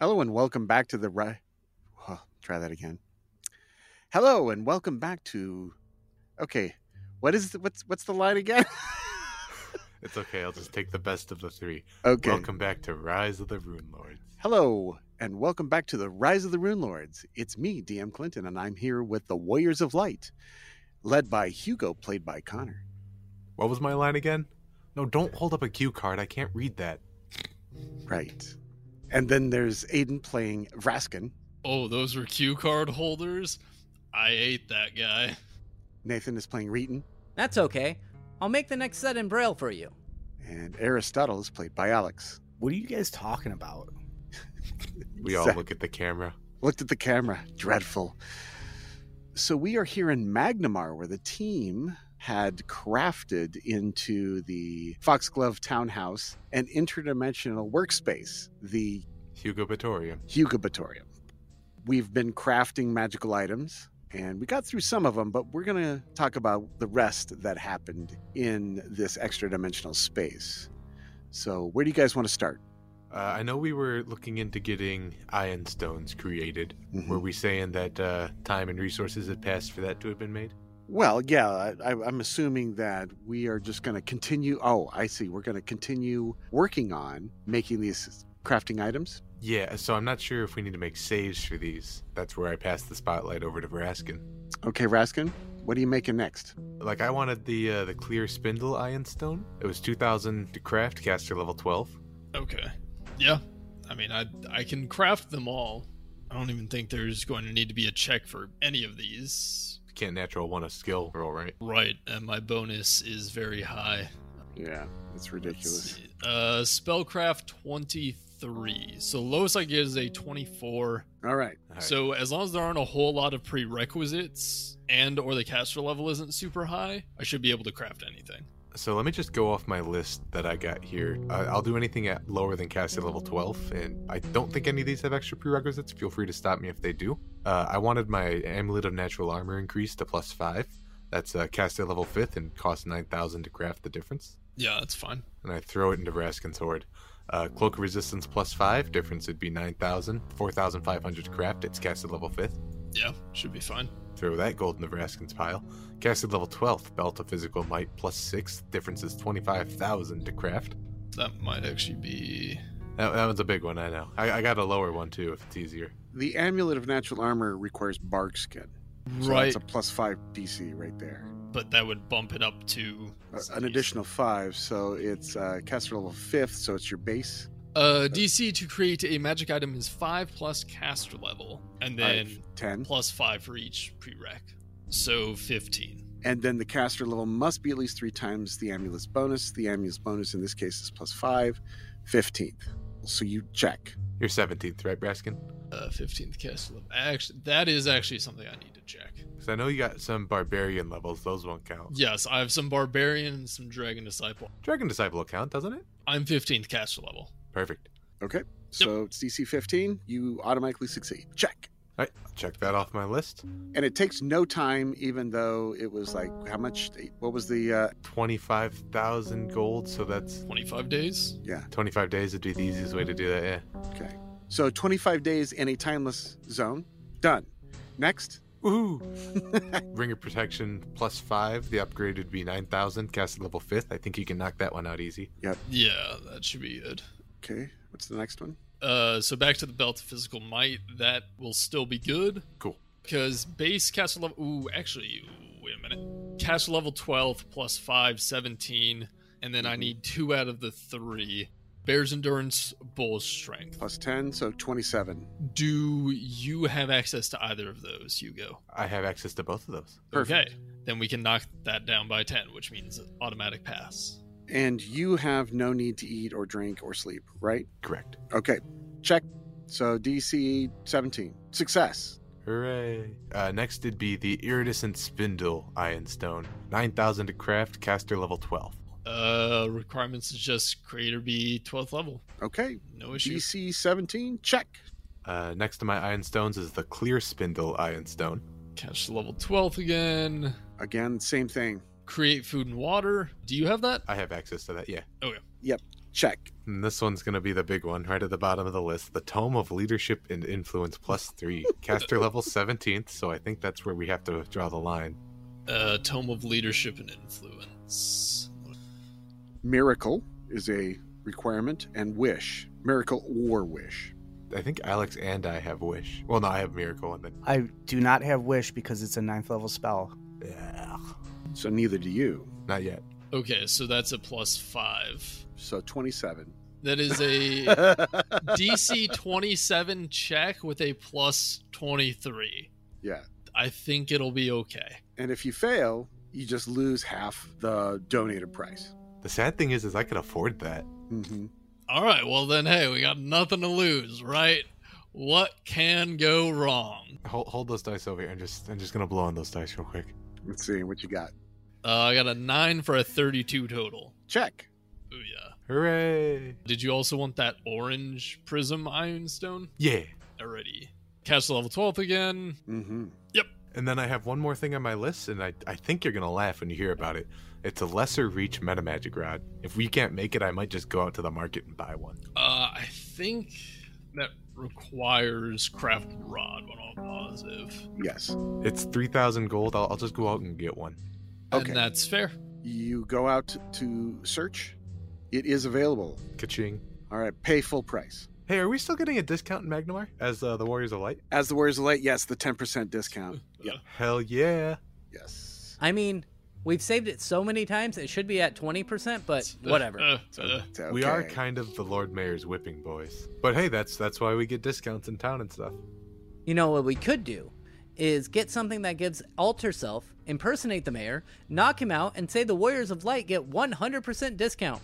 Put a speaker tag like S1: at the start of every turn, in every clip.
S1: Hello and welcome back to the right. try that again. Hello and welcome back to. Okay, what is the, what's what's the line again?
S2: It's okay. I'll just take the best of the three.
S1: okay.
S2: Welcome back to Rise of the Rune Lords.
S1: Hello and welcome back to the Rise of the Rune Lords. It's me, DM Clinton, and I'm here with the Warriors of Light, led by Hugo, played by Connor.
S2: What was my line again? No, don't hold up a cue card. I can't read that.
S1: Right. And then there's Aiden playing Raskin.
S3: Oh, those were cue card holders? I ate that guy.
S1: Nathan is playing Reeton,
S4: That's okay. I'll make the next set in braille for you.
S1: and Aristotle is played by Alex.
S5: What are you guys talking about?
S2: We all
S1: Zach
S2: look at the camera.
S1: looked at the camera. Dreadful. So we are here in Magnamar, where the team had crafted into the Foxglove townhouse an interdimensional workspace, the
S2: Hugo Batorian.
S1: Hugobatorium. We've been crafting magical items, and we got through some of them, but we're going to talk about the rest that happened in this extra dimensional space. So, where do you guys want to start?
S2: Uh, I know we were looking into getting iron stones created. Were we saying that uh, time and resources had passed for that to have been made?
S1: Well, yeah, I, I- I'm assuming that we are just going to continue. Oh, I see. We're going to continue working on making these crafting items.
S2: Yeah, so I'm not sure if we need to make saves for these. That's where I passed the spotlight over to Veraskin.
S1: Okay, Raskin, what are you making next?
S2: Like I wanted the uh, the clear spindle iron stone. It was 2,000 to craft, caster level 12.
S3: Okay. Yeah. I mean, I I can craft them all. I don't even think there's going to need to be a check for any of these.
S2: Can't natural one a skill roll, right?
S3: Right, and my bonus is very high.
S1: Yeah, it's ridiculous.
S3: Uh, spellcraft 23. So lowest I get is a 24.
S1: All right.
S2: All right.
S3: So as long as there aren't a whole lot of prerequisites and or the caster level isn't super high, I should be able to craft anything.
S2: So let me just go off my list that I got here. Uh, I'll do anything at lower than caster level 12, and I don't think any of these have extra prerequisites. Feel free to stop me if they do. Uh, I wanted my amulet of natural armor increased to plus five. That's uh, caster level fifth and costs 9,000 to craft the difference.
S3: Yeah, that's fine.
S2: And I throw it into Raskin's horde. Uh, cloak of resistance plus five. Difference would be 9,000, 4,500 to craft. It's caster level fifth.
S3: Yeah, should be fine.
S2: Throw that gold in the Raskin's pile. Casted level 12, Belt of Physical Might plus 6, difference is 25,000 to craft.
S3: That might actually be
S2: That, that one's a big one, I know. I, I got a lower one too, if it's easier.
S1: The amulet of natural armor requires bark skin. So
S3: right,
S1: It's a plus five DC right there.
S3: but that would bump it up to
S1: Uh, an additional five. So it's uh, caster level fifth. So it's your base.
S3: Uh, DC to create a magic item is five plus caster level, and then
S1: Five, ten.
S3: plus five for each prereq, so fifteen.
S1: And then the caster level must be at least three times the amulet's bonus. The amulet's bonus in this case is plus five, 15th. So you check.
S2: You're 17th, right, Raskin?
S3: Uh, fifteenth caster level. Actually, that is actually something I need to check.
S2: Because I know you got some Barbarian levels, those won't count.
S3: Yes, I have some barbarian and some dragon disciple.
S2: Dragon Disciple will count, doesn't it?
S3: I'm fifteenth caster level.
S2: Perfect.
S1: Okay. So it's DC 15. You automatically succeed. Check.
S2: All right, I'll check that off my list.
S1: And it takes no time, even though it was like, how much? What was the. Uh,
S2: 25,000 gold, so that's
S3: Twenty-five days.
S2: 25 days would be the easiest way to do that, yeah.
S1: okay. So 25 days in a timeless zone. Done. Next.
S2: Woohoo! Ring of Protection plus 5, the upgrade would be 9,000, Casted level 5th. I think you can knock that one out easy.
S3: Yeah, that should be good.
S1: Okay. What's the next one?
S3: Uh, so back to the belt of physical might. That will still be good.
S2: Cool.
S3: Because base caster level. Ooh, actually, ooh, wait a minute. Caster level 12 plus 5, 17. And then I need two out of the three. Bear's endurance, bull's strength.
S1: Plus 10. So 27.
S3: Do you have access to either of those, Hugo?
S2: I have access to both of those.
S1: Perfect.
S3: Okay. Then we can knock that down by 10, which means automatic pass.
S1: And you have no need to eat or drink or sleep, right?
S2: Correct.
S1: Okay, check. So DC 17, success.
S2: Hooray. Uh, next would be the Iridescent Spindle Iron Stone. 9,000 to craft, caster level 12.
S3: Uh, requirements is just creator be 12th level.
S1: Okay,
S3: No issues.
S1: DC 17, check.
S2: Uh, next to my Iron Stones is the Clear Spindle Iron Stone.
S3: Caster level 12th again.
S1: Again, same thing.
S3: Create food and water. Do you have that? Oh,
S2: I have access to that, yeah.
S1: Yep. Check.
S2: And this one's going to be the big one right at the bottom of the list the Tome of Leadership and Influence plus three. Caster level 17th, so I think that's where we have to draw the line.
S3: Uh, Tome of Leadership and Influence.
S1: Miracle is a requirement, and wish. Miracle or wish.
S2: I think Alex and I have Wish. Well, no, I have Miracle, and then.
S5: I do not have wish because it's a ninth level spell.
S2: Ugh,
S1: So neither do you.
S2: not yet.
S3: Okay, so that's a plus five.
S1: So 27.
S3: That is a DC 27 check with a plus 23.
S1: yeah.
S3: I think it'll be okay.
S1: And if you fail, you just lose half the donated price.
S2: The sad thing is, is I could afford that.
S1: hmm
S3: All right, well then, hey, we got nothing to lose, right? What can go wrong?
S2: Hold, hold those dice over here. I'm just, I'm just gonna blow on those dice real quick.
S1: Let's see what you got.
S3: Uh, I got a nine for a 32 total.
S1: Check.
S3: Ooh, yeah.
S2: Hooray!
S3: Did you also want that orange prism ironstone?
S2: Yeah.
S3: Already. Castle level 12 again.
S1: hmm
S2: And then I have one more thing on my list, and I, I think you're gonna laugh when you hear about it. It's a lesser reach meta magic rod. If we can't make it, I might just go out to the market and buy one.
S3: Uh, I think that requires craft rod when I'm positive.
S1: Yes.
S2: It's three thousand gold. I'll, I'll just go out and get one.
S1: Okay.
S3: And that's fair.
S1: You go out to search. It is available.
S2: Kaching.
S1: All right. Pay full price.
S2: Hey, are we still getting a discount in Magnamar as uh, the Warriors of Light?
S1: As the Warriors of Light, yes, the 10% discount. Yep.
S2: Hell yeah!
S1: Yes.
S4: I mean, we've saved it so many times, it should be at 20%, but whatever.
S3: Uh, uh, uh,
S1: It's okay.
S2: We are kind of the Lord Mayor's whipping boys, but hey, that's that's why we get discounts in town and stuff.
S4: You know what we could do is get something that gives alter self, impersonate the mayor, knock him out, and say the Warriors of Light get 100% discount.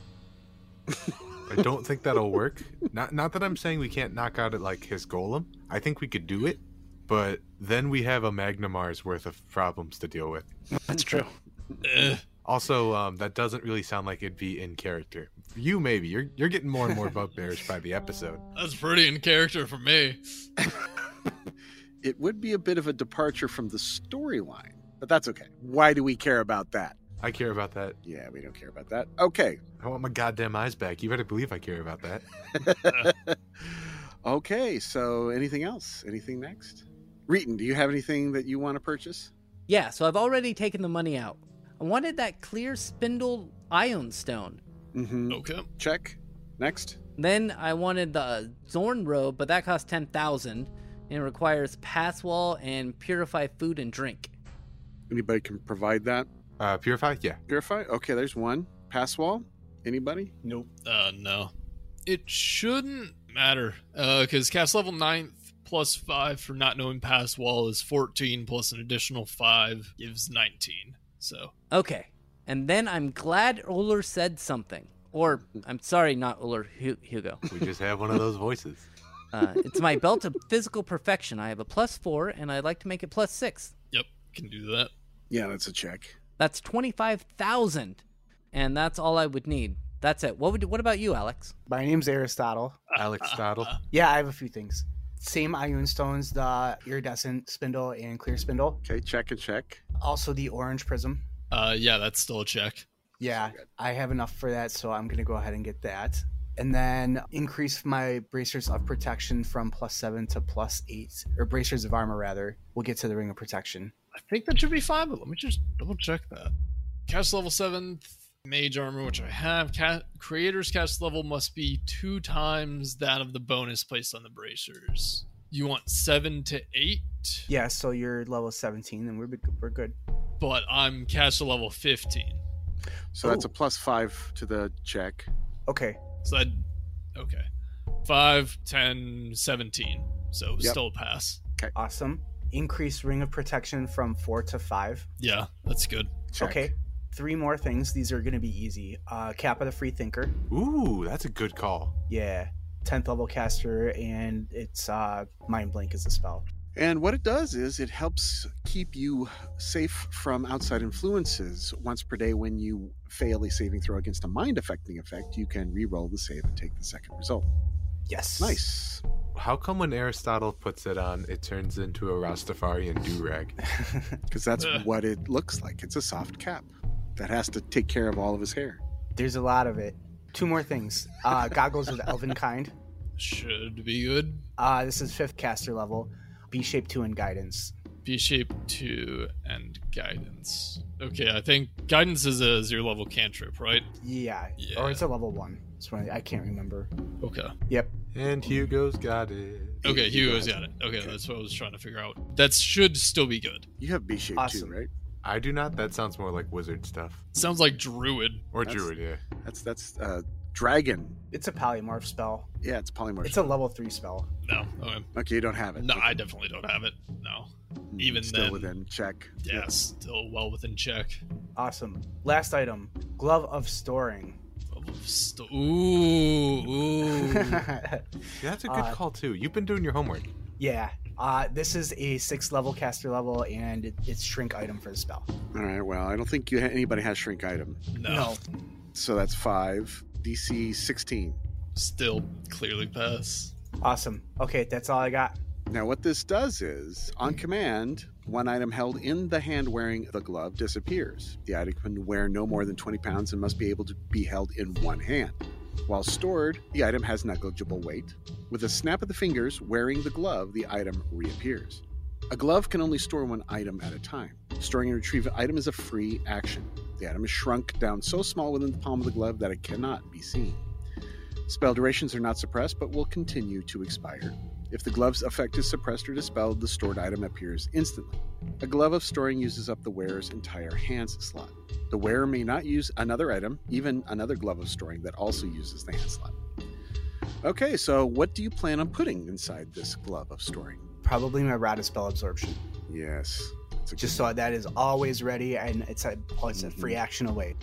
S2: I don't think that'll work. Not not that I'm saying we can't knock out at like his golem. I think we could do it, but then we have a Magnamar's worth of problems to deal with.
S5: That's true.
S3: uh,
S2: Also, um, that doesn't really sound like it'd be in character. You maybe you're you're getting more and more bugbearish by the episode.
S3: that's pretty in character for me.
S1: It would be a bit of a departure from the storyline, but that's okay. Why do we care about that?
S2: I care about that.
S1: Yeah, we don't care about that. Okay.
S2: I want my goddamn eyes back. You better believe I care about that.
S1: okay. So, anything else? Anything next? Reeton, do you have anything that you want to purchase?
S4: Yeah, so I've already taken the money out. I wanted that clear spindle ion stone.
S1: Mm-hmm.
S3: Okay.
S1: Check. Next.
S4: Then I wanted the Zorn robe, but that costs 10,000 and requires pass wall and purify food and drink.
S1: Anybody can provide that.
S2: Uh, purify, yeah.
S1: Purify. Okay. There's one. Passwall. Anybody?
S5: Nope.
S3: Uh, no. It shouldn't matter. Uh, because cast level 9th plus 5 for not knowing pass wall is 14, plus an additional 5 gives 19. So,
S4: Okay. And then I'm glad Uller said something. Or, I'm sorry, not Uller, Hu- Hugo.
S2: We just have one of those voices.
S4: Uh, it's my belt of physical perfection. I have a plus four, and I'd like to make it plus six.
S3: yep, can do that.
S1: Yeah, that's a check.
S4: That's 25,000. And that's all I would need. That's it. What would what about you, Alex?
S5: My name's Aristotle.
S2: Alex Stottle.
S5: Yeah, I have a few things. Same ion stones, the iridescent spindle and clear spindle.
S1: Okay. Check and check.
S5: Also the orange prism.
S3: Uh, yeah, that's still a check.
S5: Yeah, I have enough for that, so I'm gonna go ahead and get that. And then increase my bracers of protection from plus seven to plus eight, or bracers of armor rather. We'll get to the ring of protection.
S3: I think that should be fine, but let me just double check that. Cast level 7th, mage armor, which I have. Ca- creator's cast level must be two times that of the bonus placed on the bracers. You want 7 to 8?
S5: Yeah, so you're level 17, and we're we're good.
S3: but I'm caster level 15.
S1: So that's a
S5: Ooh.
S1: plus five to the check.
S5: Okay,
S3: So that, okay. 5, 10, 17. So
S1: Yep.
S3: still a pass.
S5: awesome. Increase ring of protection from four to five.
S3: Yeah, that's good.
S1: Check.
S5: Okay. Three more things. These are going to be easy. Uh, Kappa the Free Thinker.
S2: Ooh, that's a good call.
S5: Yeah. 10th level caster, and it's uh, Mind Blank is a spell.
S1: And what it does is it helps keep you safe from outside influences. Once per day, when you fail a saving throw against a mind affecting effect, you can re-roll the save and take the second result.
S5: Yes.
S1: Nice.
S2: How come when Aristotle puts it on, it turns into a Rastafarian do rag?
S1: Because that's
S3: Ugh.
S1: what it looks like. It's a soft cap that has to take care of all of his hair.
S5: There's a lot of it. two more things. Uh, goggles of the elven kind.
S3: Should be good.
S5: Uh, this is fifth caster level. B shape two and guidance.
S3: B shape two and guidance. Okay, I think guidance is a zero level cantrip, right?
S5: Yeah.
S3: Yeah.
S5: Or it's a level one. It's one I can't remember.
S3: Okay.
S5: Yep.
S2: And Hugo's got it.
S3: Okay, Hugo's
S1: has
S3: got it. Okay, that's what I was trying to figure out. That should still be good.
S1: You have B shape
S5: Awesome.
S1: too, right?
S2: I do not. That sounds more like wizard stuff
S3: Sounds like druid.
S2: or
S1: That's-
S2: druid. Yeah.
S1: That's that's uh, dragon.
S5: It's a polymorph spell.
S1: Yeah, it's polymorph.
S5: It's a level three spell.
S3: No, okay.
S1: okay, you don't have it.
S3: no,
S1: Okay.
S3: I definitely don't have it. No,
S1: Hmm,
S3: even
S1: still
S3: then-
S1: within check.
S3: yeah, still well within check.
S5: Awesome. Last item. Glove of storing.
S3: Level of st- Ooh, ooh.
S2: Yeah, that's a good
S5: Uh,
S2: call too. You've been doing your homework.
S5: yeah. Uh, this is a sixth level caster level, and it, it's shrink item for the spell.
S1: All right. Well, I don't think you ha- anybody has shrink item,
S3: No,
S1: so that's five. DC 16.
S3: still clearly pass.
S5: Awesome. Okay, that's all I got.
S1: Now, what this does is, on command, one item held in the hand wearing the glove disappears. The item can weigh no more than 20 pounds and must be able to be held in one hand. While stored, the item has negligible weight. With a snap of the fingers wearing the glove, the item reappears. A glove can only store one item at a time. Storing and retrieving an item is a free action. The item is shrunk down so small within the palm of the glove that it cannot be seen. Spell durations are not suppressed but will continue to expire. If the glove's effect is suppressed or dispelled, the stored item appears instantly. A glove of storing uses up the wearer's entire hands slot. The wearer may not use another item, even another glove of storing that also uses the hand slot. Okay, so what do you plan on putting inside this glove of storing?
S5: Probably my Rata spell absorption.
S1: Yes. It's a
S5: Just so that is always ready, and it's a oh, it's a
S1: Mhm.
S5: free action away.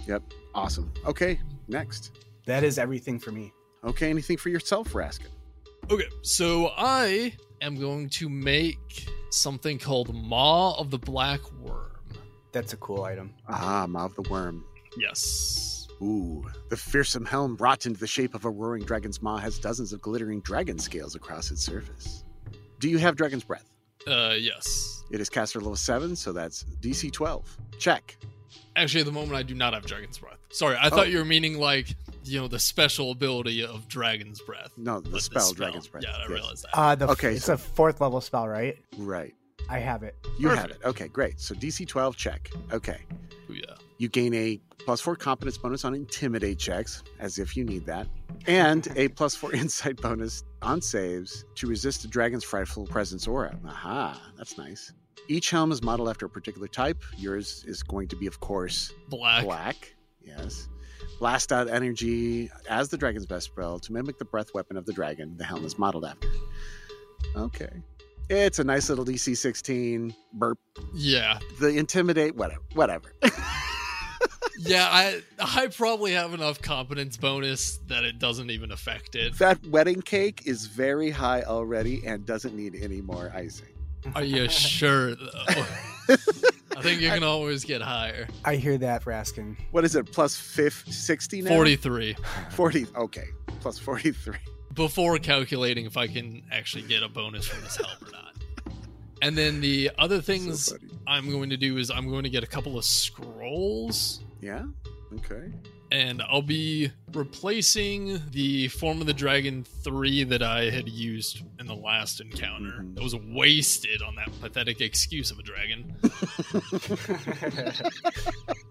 S1: awesome. Okay, next.
S5: That is everything for me.
S1: Okay, anything for yourself, Raskin?
S3: Okay, so I am going to make something called Maw of the Black Worm.
S5: That's a cool item.
S1: Ah, Maw of the Worm.
S3: Yes.
S1: Ooh, the fearsome helm wrought into the shape of a roaring dragon's maw has dozens of glittering dragon scales across its surface. Do you have dragon's breath?
S3: Uh, yes.
S1: It is caster level 7, so that's DC 12. Check.
S3: Actually, at the moment, I do not have Dragon's Breath. Sorry, I
S1: Oh.
S3: thought you were meaning like you know the special ability of Dragon's Breath.
S1: No, the,
S3: but
S1: spell, dragon's breath.
S3: Yeah, I
S1: Yes. Ah.
S3: realized that.
S5: Uh, the
S1: Okay,
S5: it's
S1: so-
S5: a fourth level spell, right?
S1: Right.
S5: I have it.
S1: You have
S3: Perfect.
S1: it. Okay, great. So DC 12 check. Okay.
S3: Ooh, yeah.
S1: You gain a plus 4 competence bonus on intimidate checks as if you need that, and a plus 4 insight bonus on saves to resist the dragon's frightful presence aura. Aha, that's nice. Each helm is modeled after a particular type. Yours is going to be of course
S3: Black.
S1: black. Yes. Blast out energy as the dragon's best spell to mimic the breath weapon of the dragon the helm is modeled after. Okay. It's a nice little DC 16 burp.
S3: Yeah,
S1: The intimidate, whatever. Whatever.
S3: yeah. I I probably have enough competence bonus that it doesn't even affect it.
S1: that wedding cake is very high already and doesn't need any more icing.
S3: Are you sure? Though? I think you can always get higher.
S5: I hear that, Raskin.
S1: What is it? Plus 50, 60 now?
S3: Forty-three
S1: 40. Okay. Plus 43.
S3: before calculating if I can actually get a bonus from this help or not. And then the other things
S1: So funny.
S3: I'm going to do is I'm going to get a couple of scrolls
S1: yeah. Okay.
S3: and I'll be replacing the Form of the Dragon 3 that I had used in the last encounter.
S1: Mhm.
S3: That was wasted on that pathetic excuse of a dragon.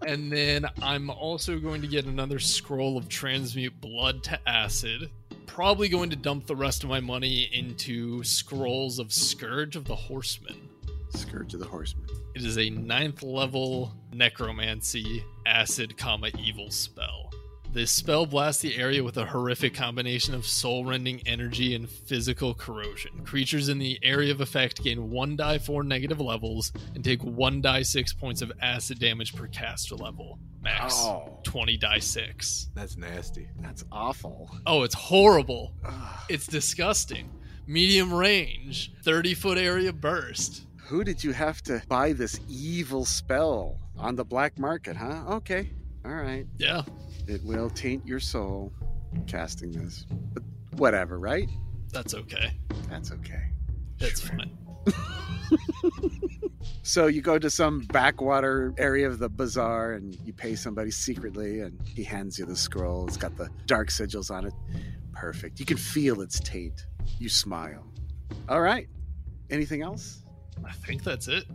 S3: and then I'm also going to get another scroll of Transmute Blood to Acid. Probably going to dump the rest of my money into scrolls of Scourge of the Horseman.
S1: Scourge of the Horseman.
S3: It is a ninth level necromancy acid comma evil spell. This spell blasts the area with a horrific combination of soul rending energy and physical corrosion. Creatures in the area of effect gain 1 die 4 negative levels and take 1 die 6 points of acid damage per caster level. Max 20 die 6.
S2: That's nasty.
S1: That's awful.
S3: Oh, it's horrible.
S1: Ugh.
S3: It's disgusting. Medium range, 30 foot area burst.
S1: Who did you have to buy this evil spell on the black market, huh? Okay. All right.
S3: Yeah,
S1: It will taint your soul casting this. But whatever, right?
S3: that's okay.
S1: That's okay.
S3: That's
S1: Sure.
S3: fine.
S1: So you go to some backwater area of the bazaar and you pay somebody secretly, and he hands you the scroll. It's got the dark sigils on it. Perfect. You can feel its taint. You smile. All right. Anything else?
S3: I think that's it.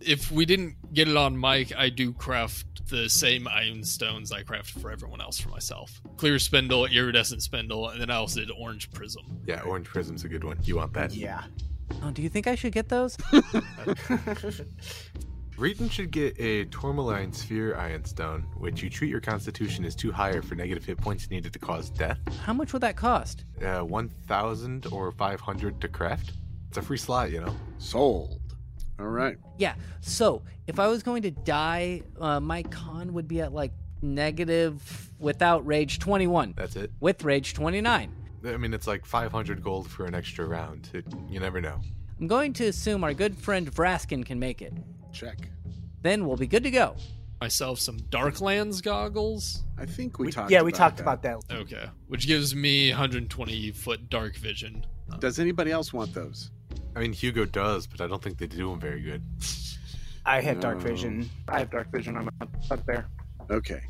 S3: If we didn't get it on mic, I do craft the same iron stones I crafted for everyone else for myself. Clear spindle, iridescent spindle, and then I also did orange prism.
S2: Yeah, orange prism's a good one. You want that?
S5: Yeah.
S4: Oh, do you think I should get those?
S2: Reeton should get a tourmaline sphere iron stone, which you treat your constitution as too higher for negative hit points needed to cause death.
S4: How much would that cost?
S2: Uh, 1,000 or 500 to craft. It's a free slot, you know.
S1: Sold. All right.
S4: Yeah. So if I was going to die, uh, my con would be at like negative without rage 21,
S2: That's it.
S4: with rage 29.
S2: I mean, it's like 500 gold for an extra round. It, you never know.
S4: I'm going to assume our good friend Vraskin can make it.
S1: Check.
S4: Then we'll be good to go.
S3: Myself some Darklands goggles.
S1: I think we,
S5: We-
S1: talked.
S5: yeah, we
S1: about
S5: talked
S1: that.
S5: about that.
S3: Okay. Which gives me 120 foot dark vision.
S1: Does anybody else want those?
S2: I mean, Hugo does, but I don't think they do him very good.
S5: I have dark
S1: No.
S5: vision.
S6: I have dark vision. I'm not, not there.
S1: Okay.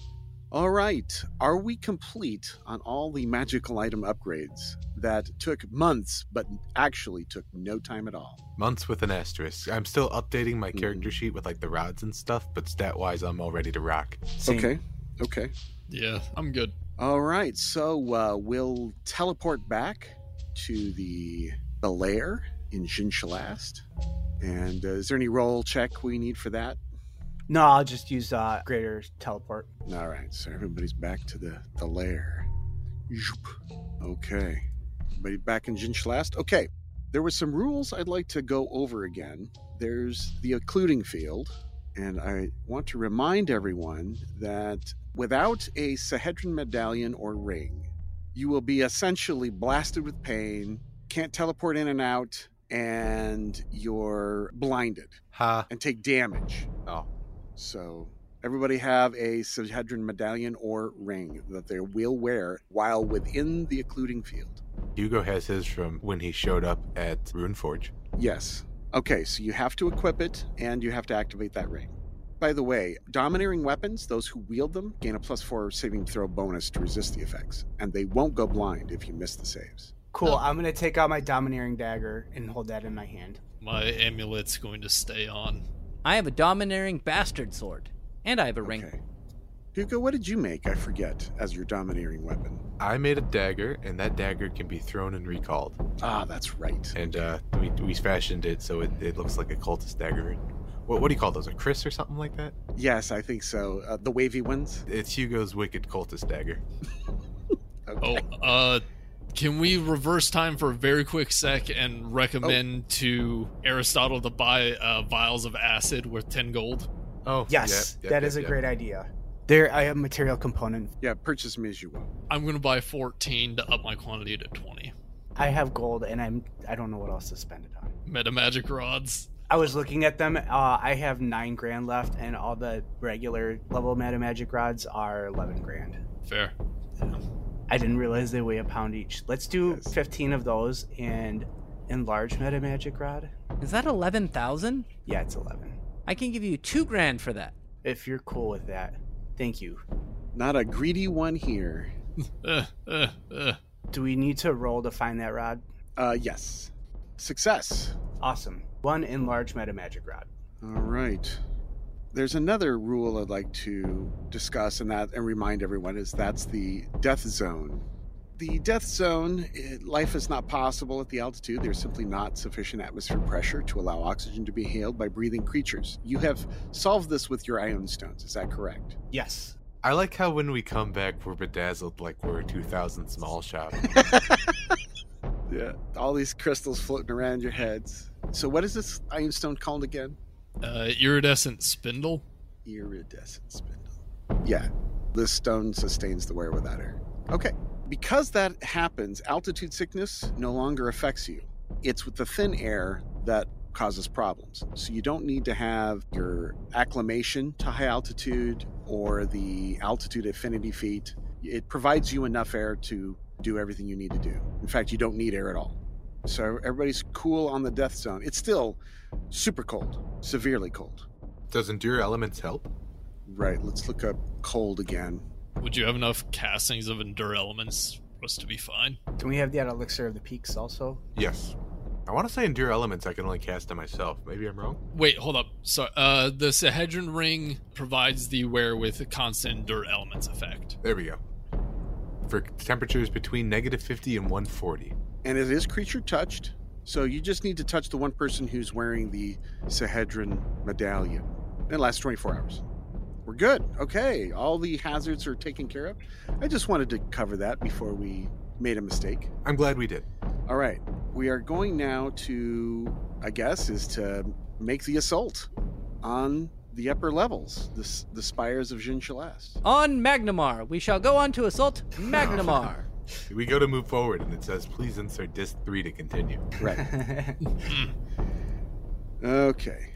S1: All right. Are we complete on all the magical item upgrades that took months, but actually took no time at all?
S2: Months with an asterisk. I'm still updating my character sheet with like the rods and stuff, but stat wise, I'm all ready to rock.
S5: Same.
S1: Okay. Okay.
S3: Yeah, I'm good.
S1: All right, so uh, we'll teleport back to the the lair in Jinshalast. And uh, is there any roll check we need for that?
S5: No, I'll just use uh, greater teleport.
S1: All right, so everybody's back to the the lair. Zoop. Okay, everybody back in Jinshalast. Okay, there were some rules I'd like to go over again. There's the occluding field, and I want to remind everyone that without a Sahedron medallion or ring, you will be essentially blasted with pain, can't teleport in and out, and you're blinded
S2: Ha.
S1: and take damage.
S2: Oh.
S1: So everybody have a Sahedron medallion or ring that they will wear while within the occluding field.
S2: Hugo has his from when he showed up at Runeforge.
S1: Yes. Okay, so you have to equip it and you have to activate that ring. By the way, domineering weapons, those who wield them gain a plus four saving throw bonus to resist the effects, and they won't go blind if you miss the saves.
S5: Cool. I'm gonna take out my domineering dagger and hold that in my hand.
S3: My amulet's going to stay on.
S4: I have a domineering bastard sword, and I have a ring.
S1: Okay. Hugo, what did you make? I forget, as your domineering weapon.
S2: I made a dagger, and that dagger can be thrown and recalled.
S1: Ah, that's right.
S2: And uh, we, we fashioned it so it, it looks like a cultist dagger. What, what do you call those? A Chris or something like that?
S1: Yes, I think so. Uh, the wavy ones?
S2: It's Hugo's wicked cultist dagger.
S3: Oh, uh, can we reverse time for a very quick sec and recommend to Aristotle to buy uh, vials of acid worth 10 gold?
S2: Oh,
S5: Yes,
S2: that is
S5: that is a great idea. There, I have material component.
S1: Yeah, purchase me as you will.
S3: I'm going to buy 14 to up my quantity to 20.
S5: I have gold, and I'm I don't know what else to spend it on.
S3: Meta magic rods.
S5: I was looking at them. Uh, I have nine grand left, and all the regular level meta magic rods are eleven grand.
S3: Fair.
S5: I didn't realize they weigh a pound each. Let's do
S1: Yes.
S5: fifteen of those and enlarge meta magic rod.
S4: Is that 11,000?
S5: Yeah, it's eleven.
S4: I can give you two grand for that.
S5: If you're cool with that, thank you.
S1: Not a greedy one here.
S3: Uh, uh, uh.
S5: Do we need to roll to find that rod?
S1: Uh, yes. Success.
S5: Awesome. One enlarge meta magic rod.
S1: All right. There's another rule I'd like to discuss and that and remind everyone is that's the death zone. The death zone, eh, life is not possible at the altitude. There's simply not sufficient atmosphere pressure to allow oxygen to be inhaled by breathing creatures. You have solved this with your ion stones, is that correct?
S5: Yes.
S2: I like how when we come back, we're bedazzled like we're a 2000 small shop.
S1: Yeah. All these crystals floating around your heads. So what is this ion stone called again?
S3: Uh, iridescent spindle.
S1: iridescent spindle. Yeah, this stone sustains the wear without air. Okay. Because that happens, altitude sickness no longer affects you. It's with the thin air that causes problems. So you don't need to have your acclimation to high altitude or the altitude affinity feat. It provides you enough air to do everything you need to do. In fact, you don't need air at all. So everybody's cool on the death zone. It's still super cold, severely cold.
S2: Does endure elements help?
S1: Right, let's look up cold again.
S3: Would you have enough castings of endure elements for us to be fine?
S5: Do we have that elixir of the peaks also?
S2: Yes. I want to say endure elements I can only cast on myself. Maybe I'm wrong.
S3: Wait, hold up. So, uh, the Sahedron ring provides the wear with a constant endure elements effect.
S2: There we go. For temperatures between negative 50 and 140.
S1: And it is creature touched, so you just need to touch the one person who's wearing the Sahedron medallion. And it lasts 24 hours. We're good. Okay, all the hazards are taken care of. I just wanted to cover that before we made a mistake.
S2: I'm glad we did.
S1: All right, we are going now to, I guess, is to make the assault on the upper levels, the, s- the spires of Jin Shalast.
S4: On Magnamar, we shall go on to assault Magnamar.
S2: We go to move forward and it says, please insert disc 3 to continue.
S1: Right. Okay.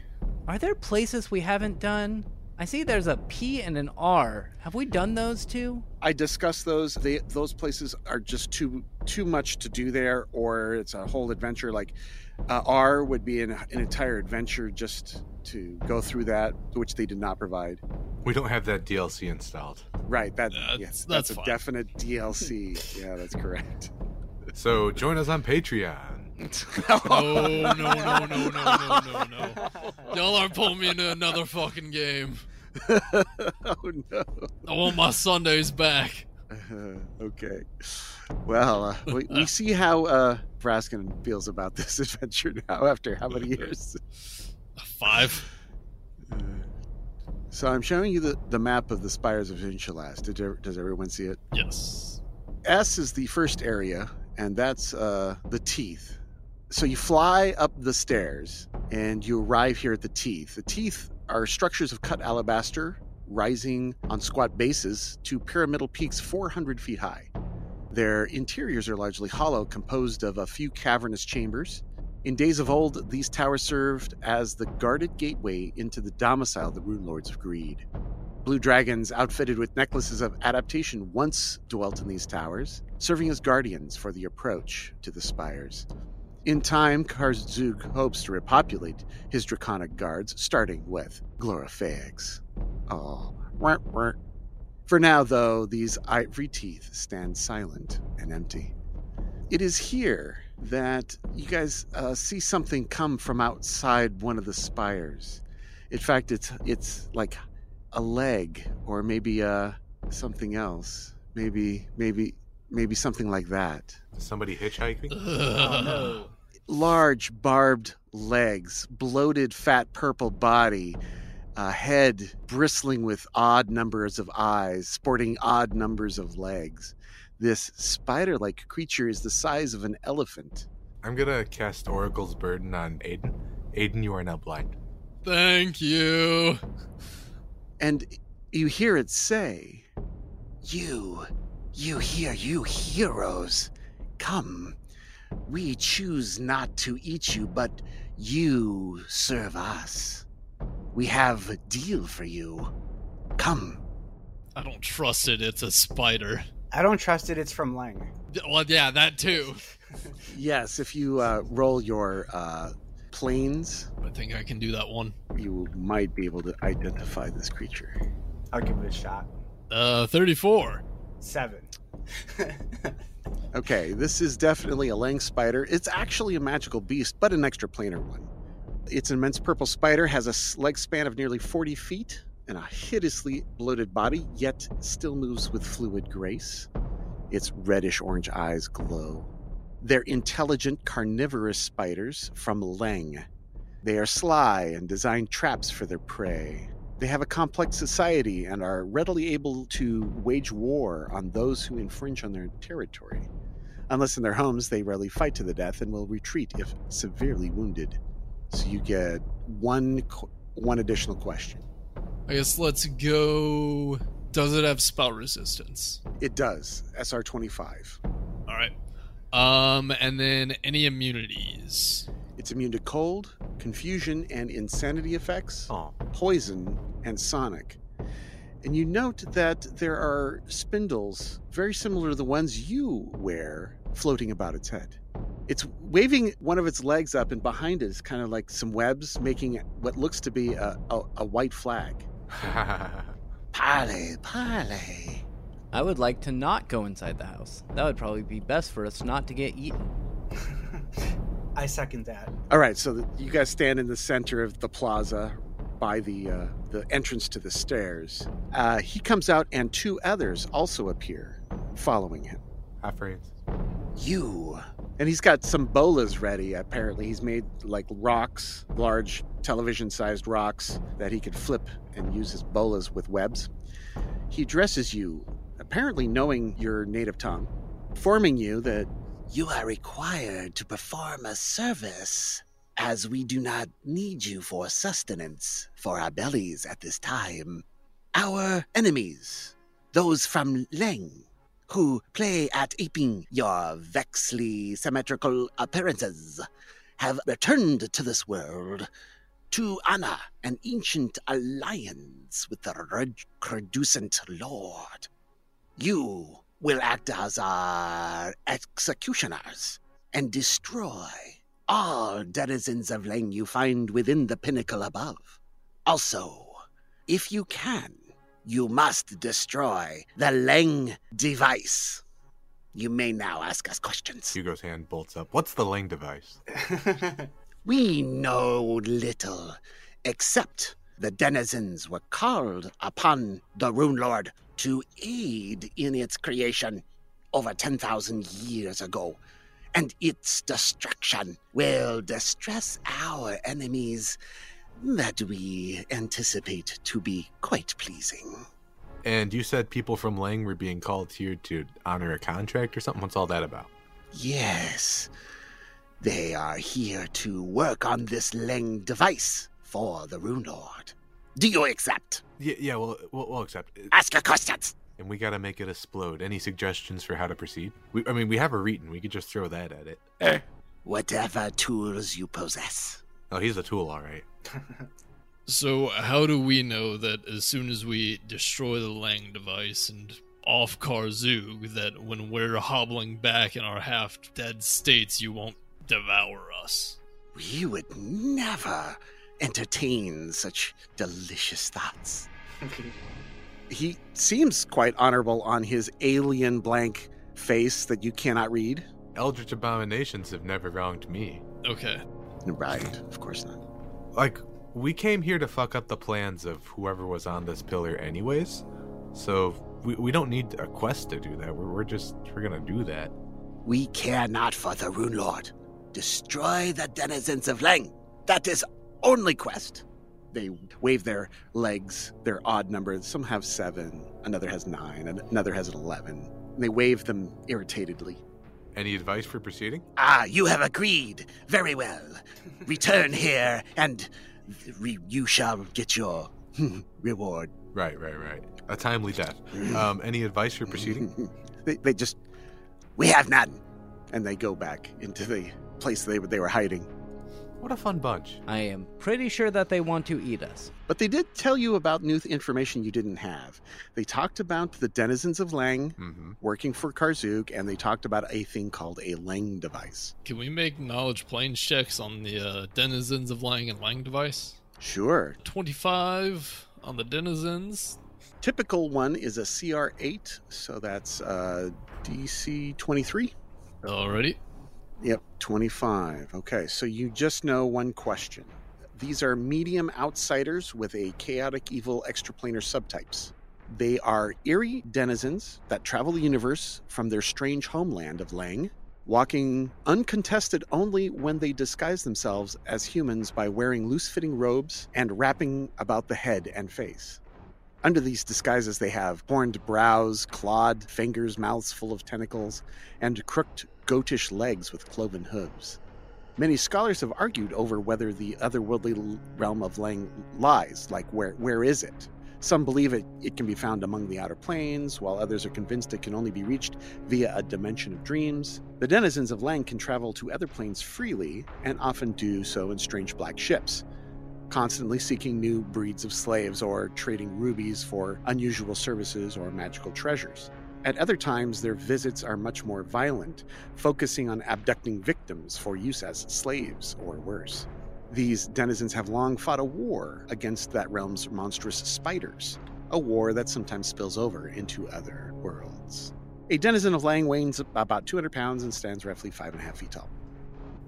S4: Are there places we haven't done? I see there's a P and an R. Have we done those two?
S1: I discussed those. They those places are just too too much to do there, or it's a whole adventure. Like uh, R would be an, an entire adventure just to go through that, which they did not provide.
S2: We don't have that DLC installed.
S1: Right. That
S3: That's-
S1: yeah, that's,
S3: that's
S1: a
S3: fine.
S1: definite DLC. yeah, that's correct.
S2: So join us on Patreon.
S3: No, no, no, no, no, no, no, no. Y'all are pulling me into another fucking game.
S1: oh no.
S3: I want my Sundays back.
S1: Uh, okay. Well, uh, we, we see how uh, Braskin feels about this adventure now after how many years.
S3: A five.
S1: So I'm showing you the, the map of the spires of Inshalast. Did ev- does everyone see it?
S3: Yes.
S1: S is the first area, and that's uh, the teeth. So you fly up the stairs, and you arrive here at the teeth. The teeth are structures of cut alabaster rising on squat bases to pyramidal peaks 400 feet high. Their interiors are largely hollow, composed of a few cavernous chambers. In days of old, these towers served as the guarded gateway into the domicile of the Rune Lords of Greed. Blue dragons, outfitted with necklaces of adaptation, once dwelt in these towers, serving as guardians for the approach to the spires. In time, Karzug hopes to repopulate his draconic guards, starting with Glorifax. Oh, wart, wart. For now, though, these ivory teeth stand silent and empty. It is here that you guys uh, see something come from outside one of the spires. In fact, it's it's like a leg or maybe uh something else maybe maybe maybe something like that
S2: Is somebody hitchhiking?
S3: Ugh.
S1: large barbed legs bloated fat purple body a head bristling with odd numbers of eyes sporting odd numbers of legs this spider-like creature is the size of an elephant
S2: I'm gonna cast Oracle's Burden on Aiden. Aiden, you are now blind.
S3: Thank you.
S1: and you hear it say, You, you hear, you heroes, come. We choose not to eat you, but you serve us. We have a deal for you. Come.
S3: I don't trust it. It's a spider.
S5: I don't trust it. It's from Lang.
S3: D- Well, yeah, that too.
S1: Yes, if you uh, roll your uh, planes,
S3: I think I can do that one.
S1: you might be able to identify this creature.
S5: I'll give it a shot.
S3: Uh, 34.
S5: Seven.
S1: Okay, this is definitely a lang spider. It's actually a magical beast, but an extraplanar one. Its immense purple spider has a s- leg span of nearly 40 feet and a hideously bloated body, yet still moves with fluid grace. Its reddish orange eyes glow. They're intelligent carnivorous spiders from Lang. They are sly and design traps for their prey. They have a complex society and are readily able to wage war on those who infringe on their territory. Unless in their homes, they rarely fight to the death and will retreat if severely wounded. So you get one qu- one additional question.
S3: I guess let's go. Does it have spell resistance?
S1: It does SR twenty five.
S3: All right. Um, and then any immunities?
S1: It's immune to cold, confusion, and insanity effects.
S2: Oh.
S1: poison, and sonic. And you note that there are spindles very similar to the ones you wear floating about its head. It's waving one of its legs up, and behind it is kind of like some webs making what looks to be a, a, a white flag. Parley, parley.
S4: I would like to not go inside the house. That would probably be best for us not to get eaten.
S5: I second that.
S1: All right, so the, you guys stand in the center of the plaza by the uh, the entrance to the stairs. Uh, he comes out, and two others also appear, following him.
S2: Hi, friends.
S1: You. And he's got some bolas ready, apparently. He's made like rocks, large television sized rocks that he could flip and use as bolas with webs. He addresses you, apparently knowing your native tongue, informing you that you are required to perform a service as we do not need you for sustenance for our bellies at this time. Our enemies, those from Leng, who play at aping your vexly symmetrical appearances, have returned to this world to honor an ancient alliance with the Red Creduscent Lord. You will act as our executioners and destroy all denizens of Lang you find within the pinnacle above. Also, if you can, you must destroy the Lang device. You may now ask us questions.
S2: Hugo's hand bolts up. What's the Lang device?
S1: We know little, except the denizens were called upon the Rune Lord to aid in its creation over 10,000 years ago, and its destruction will distress our enemies that we anticipate to be quite pleasing.
S2: And you said people from Lang were being called here to honor a contract or something? What's all that about?
S1: Yes, they are here to work on this Leng device for the Rune Lord. Do you accept?
S2: Yeah, yeah well, we'll, we'll accept. it.
S1: Ask your questions.
S2: And we gotta make it explode. Any suggestions for how to proceed? We, I mean, we have a reading. We could just throw that at it.
S1: Whatever tools you possess.
S2: Oh, he's a tool, all right.
S3: So, how do we know that as soon as we destroy the Lang device and off Karzug, that when we're hobbling back in our half dead states, you won't devour us?
S1: We would never entertain such delicious thoughts. he seems quite honorable on his alien blank face that you cannot read.
S2: Eldritch abominations have never wronged me.
S3: Okay.
S1: Right, of course not.
S2: Like, we came here to fuck up the plans of whoever was on this pillar, anyways. So we, we don't need a quest to do that. We're, we're just we're gonna do that.
S1: We care not for the Rune Lord. Destroy the denizens of Leng. That is only quest. They wave their legs, their odd numbers. Some have seven, another has nine, and another has an eleven. They wave them irritatedly.
S2: Any advice for proceeding?
S1: Ah, you have agreed. Very well. Return here, and re- you shall get your reward.
S2: Right, right, right. A timely death. Um, any advice for proceeding?
S1: they, they just, we have none, and they go back into the place they were- they were hiding.
S2: What a fun bunch.
S4: I am pretty sure that they want to eat us.
S1: But they did tell you about new information you didn't have. They talked about the denizens of Lang
S2: Mm-hmm.
S1: working for Karzuk, and they talked about a thing called a Lang device.
S3: Can we make knowledge planes checks on the uh, denizens of Lang and Lang device?
S1: Sure.
S3: 25 on the denizens.
S1: Typical one is a CR8, so that's uh, DC 23.
S3: Alrighty.
S1: Yep, 25. Okay, so you just know one question. These are medium outsiders with a chaotic evil extraplanar subtypes. They are eerie denizens that travel the universe from their strange homeland of Lang, walking uncontested only when they disguise themselves as humans by wearing loose fitting robes and wrapping about the head and face. Under these disguises, they have horned brows, clawed fingers, mouths full of tentacles, and crooked goatish legs with cloven hooves. Many scholars have argued over whether the otherworldly l- realm of Lang lies, like where where is it? Some believe it, it can be found among the outer planes, while others are convinced it can only be reached via a dimension of dreams. The denizens of Lang can travel to other planes freely, and often do so in strange black ships, constantly seeking new breeds of slaves or trading rubies for unusual services or magical treasures. At other times, their visits are much more violent, focusing on abducting victims for use as slaves or worse. These denizens have long fought a war against that realm's monstrous spiders, a war that sometimes spills over into other worlds. A denizen of Lang weighs about 200 pounds and stands roughly 5.5 feet tall.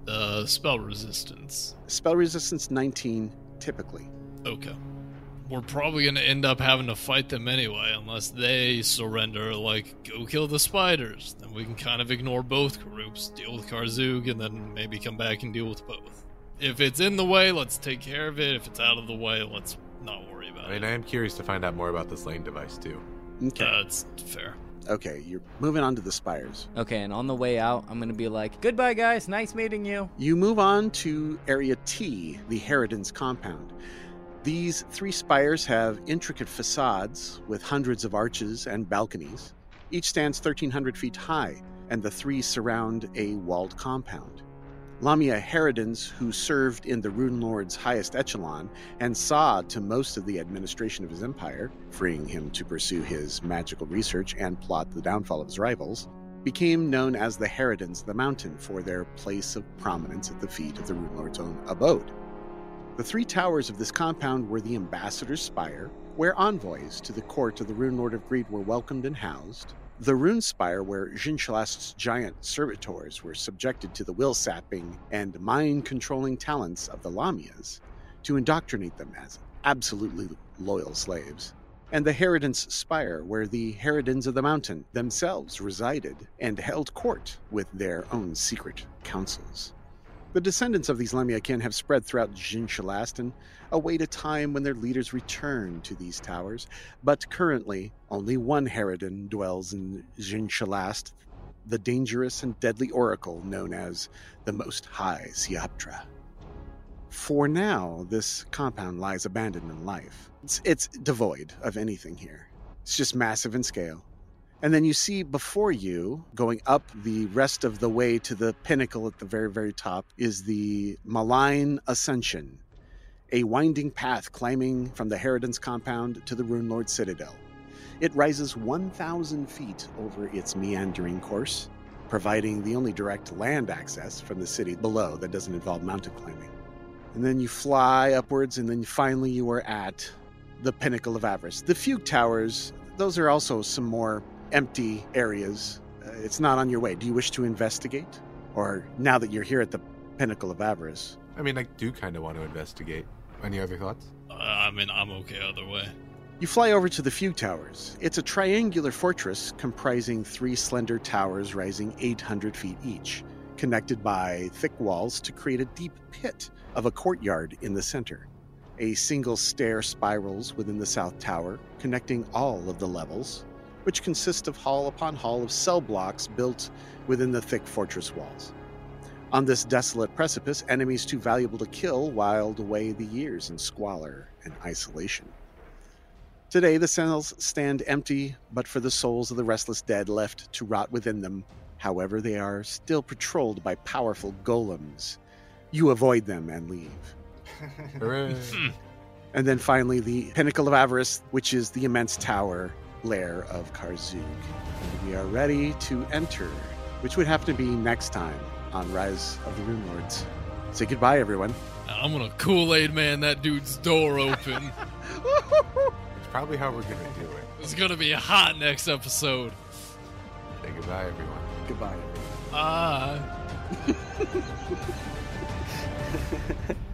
S3: Uh, spell resistance.
S1: Spell resistance 19, typically.
S3: Okay. We're probably going to end up having to fight them anyway, unless they surrender, like, go kill the spiders. Then we can kind of ignore both groups, deal with Karzug, and then maybe come back and deal with both. If it's in the way, let's take care of it. If it's out of the way, let's not worry about
S2: I mean,
S3: it.
S2: I am curious to find out more about this lane device too.
S1: Okay.
S3: That's fair.
S1: okay, you're moving on to the spires.
S4: Okay, and on the way out, I'm gonna be like, "Goodbye, guys. Nice meeting you."
S1: You move on to Area T, the Harridan's compound. These three spires have intricate facades with hundreds of arches and balconies. Each stands 1,300 feet high, and the three surround a walled compound. Lamia Harridans, who served in the Rune Lord's highest echelon and saw to most of the administration of his empire, freeing him to pursue his magical research and plot the downfall of his rivals, became known as the Harridans of the Mountain for their place of prominence at the feet of the Rune Lord's own abode. The three towers of this compound were the Ambassador's Spire, where envoys to the court of the Rune Lord of Greed were welcomed and housed, the Rune Spire, where Jinshalast's giant servitors were subjected to the will sapping and mind controlling talents of the Lamias to indoctrinate them as absolutely loyal slaves and the Harridan's Spire, where the Harridans of the Mountain themselves resided and held court with their own secret councils. The descendants of these Lemia kin have spread throughout Jinshalast and await a time when their leaders return to these towers, but currently only one Harridan dwells in Jinshalast, the dangerous and deadly oracle known as the Most High Siaptra. For now, this compound lies abandoned in life. It's, it's devoid of anything here. It's just massive in scale. And then you see before you, going up the rest of the way to the pinnacle at the very, very top, is the Malign Ascension, a winding path climbing from the Harridan's compound to the Rune Lord Citadel. It rises 1,000 feet over its meandering course, providing the only direct land access from the city below that doesn't involve mountain climbing. And then you fly upwards, and then finally you are at the pinnacle of Avarice. The Fugue Towers, those are also some more empty areas. Uh, it's not on your way. Do you wish to investigate? Or now that you're here at the pinnacle of Avarice?
S2: I mean, I do kind of want to investigate. Any other thoughts?
S3: Uh, I mean, I'm okay either way.
S1: You fly over to the Few Towers. It's a triangular fortress comprising three slender towers rising 800 feet each, connected by thick walls to create a deep pit of a courtyard in the center. A single stair spirals within the South Tower, connecting all of the levels, which consist of hall upon hall of cell blocks built within the thick fortress walls. On this desolate precipice, enemies too valuable to kill wiled away the years in squalor and isolation. Today, the cells stand empty, but for the souls of the restless dead left to rot within them. However, they are still patrolled by powerful golems. You avoid them and leave.
S2: Hooray.
S1: And then finally, the pinnacle of avarice, which is the immense tower lair of Karzug. We are ready to enter, which would have to be next time on Rise of the Rune Lords. Say goodbye, everyone.
S3: I'm gonna Kool Aid man that dude's door open.
S2: It's probably how we're gonna do it.
S3: it's gonna be hot next episode.
S2: Say goodbye, everyone.
S1: Goodbye.
S3: Ah.
S5: Bye.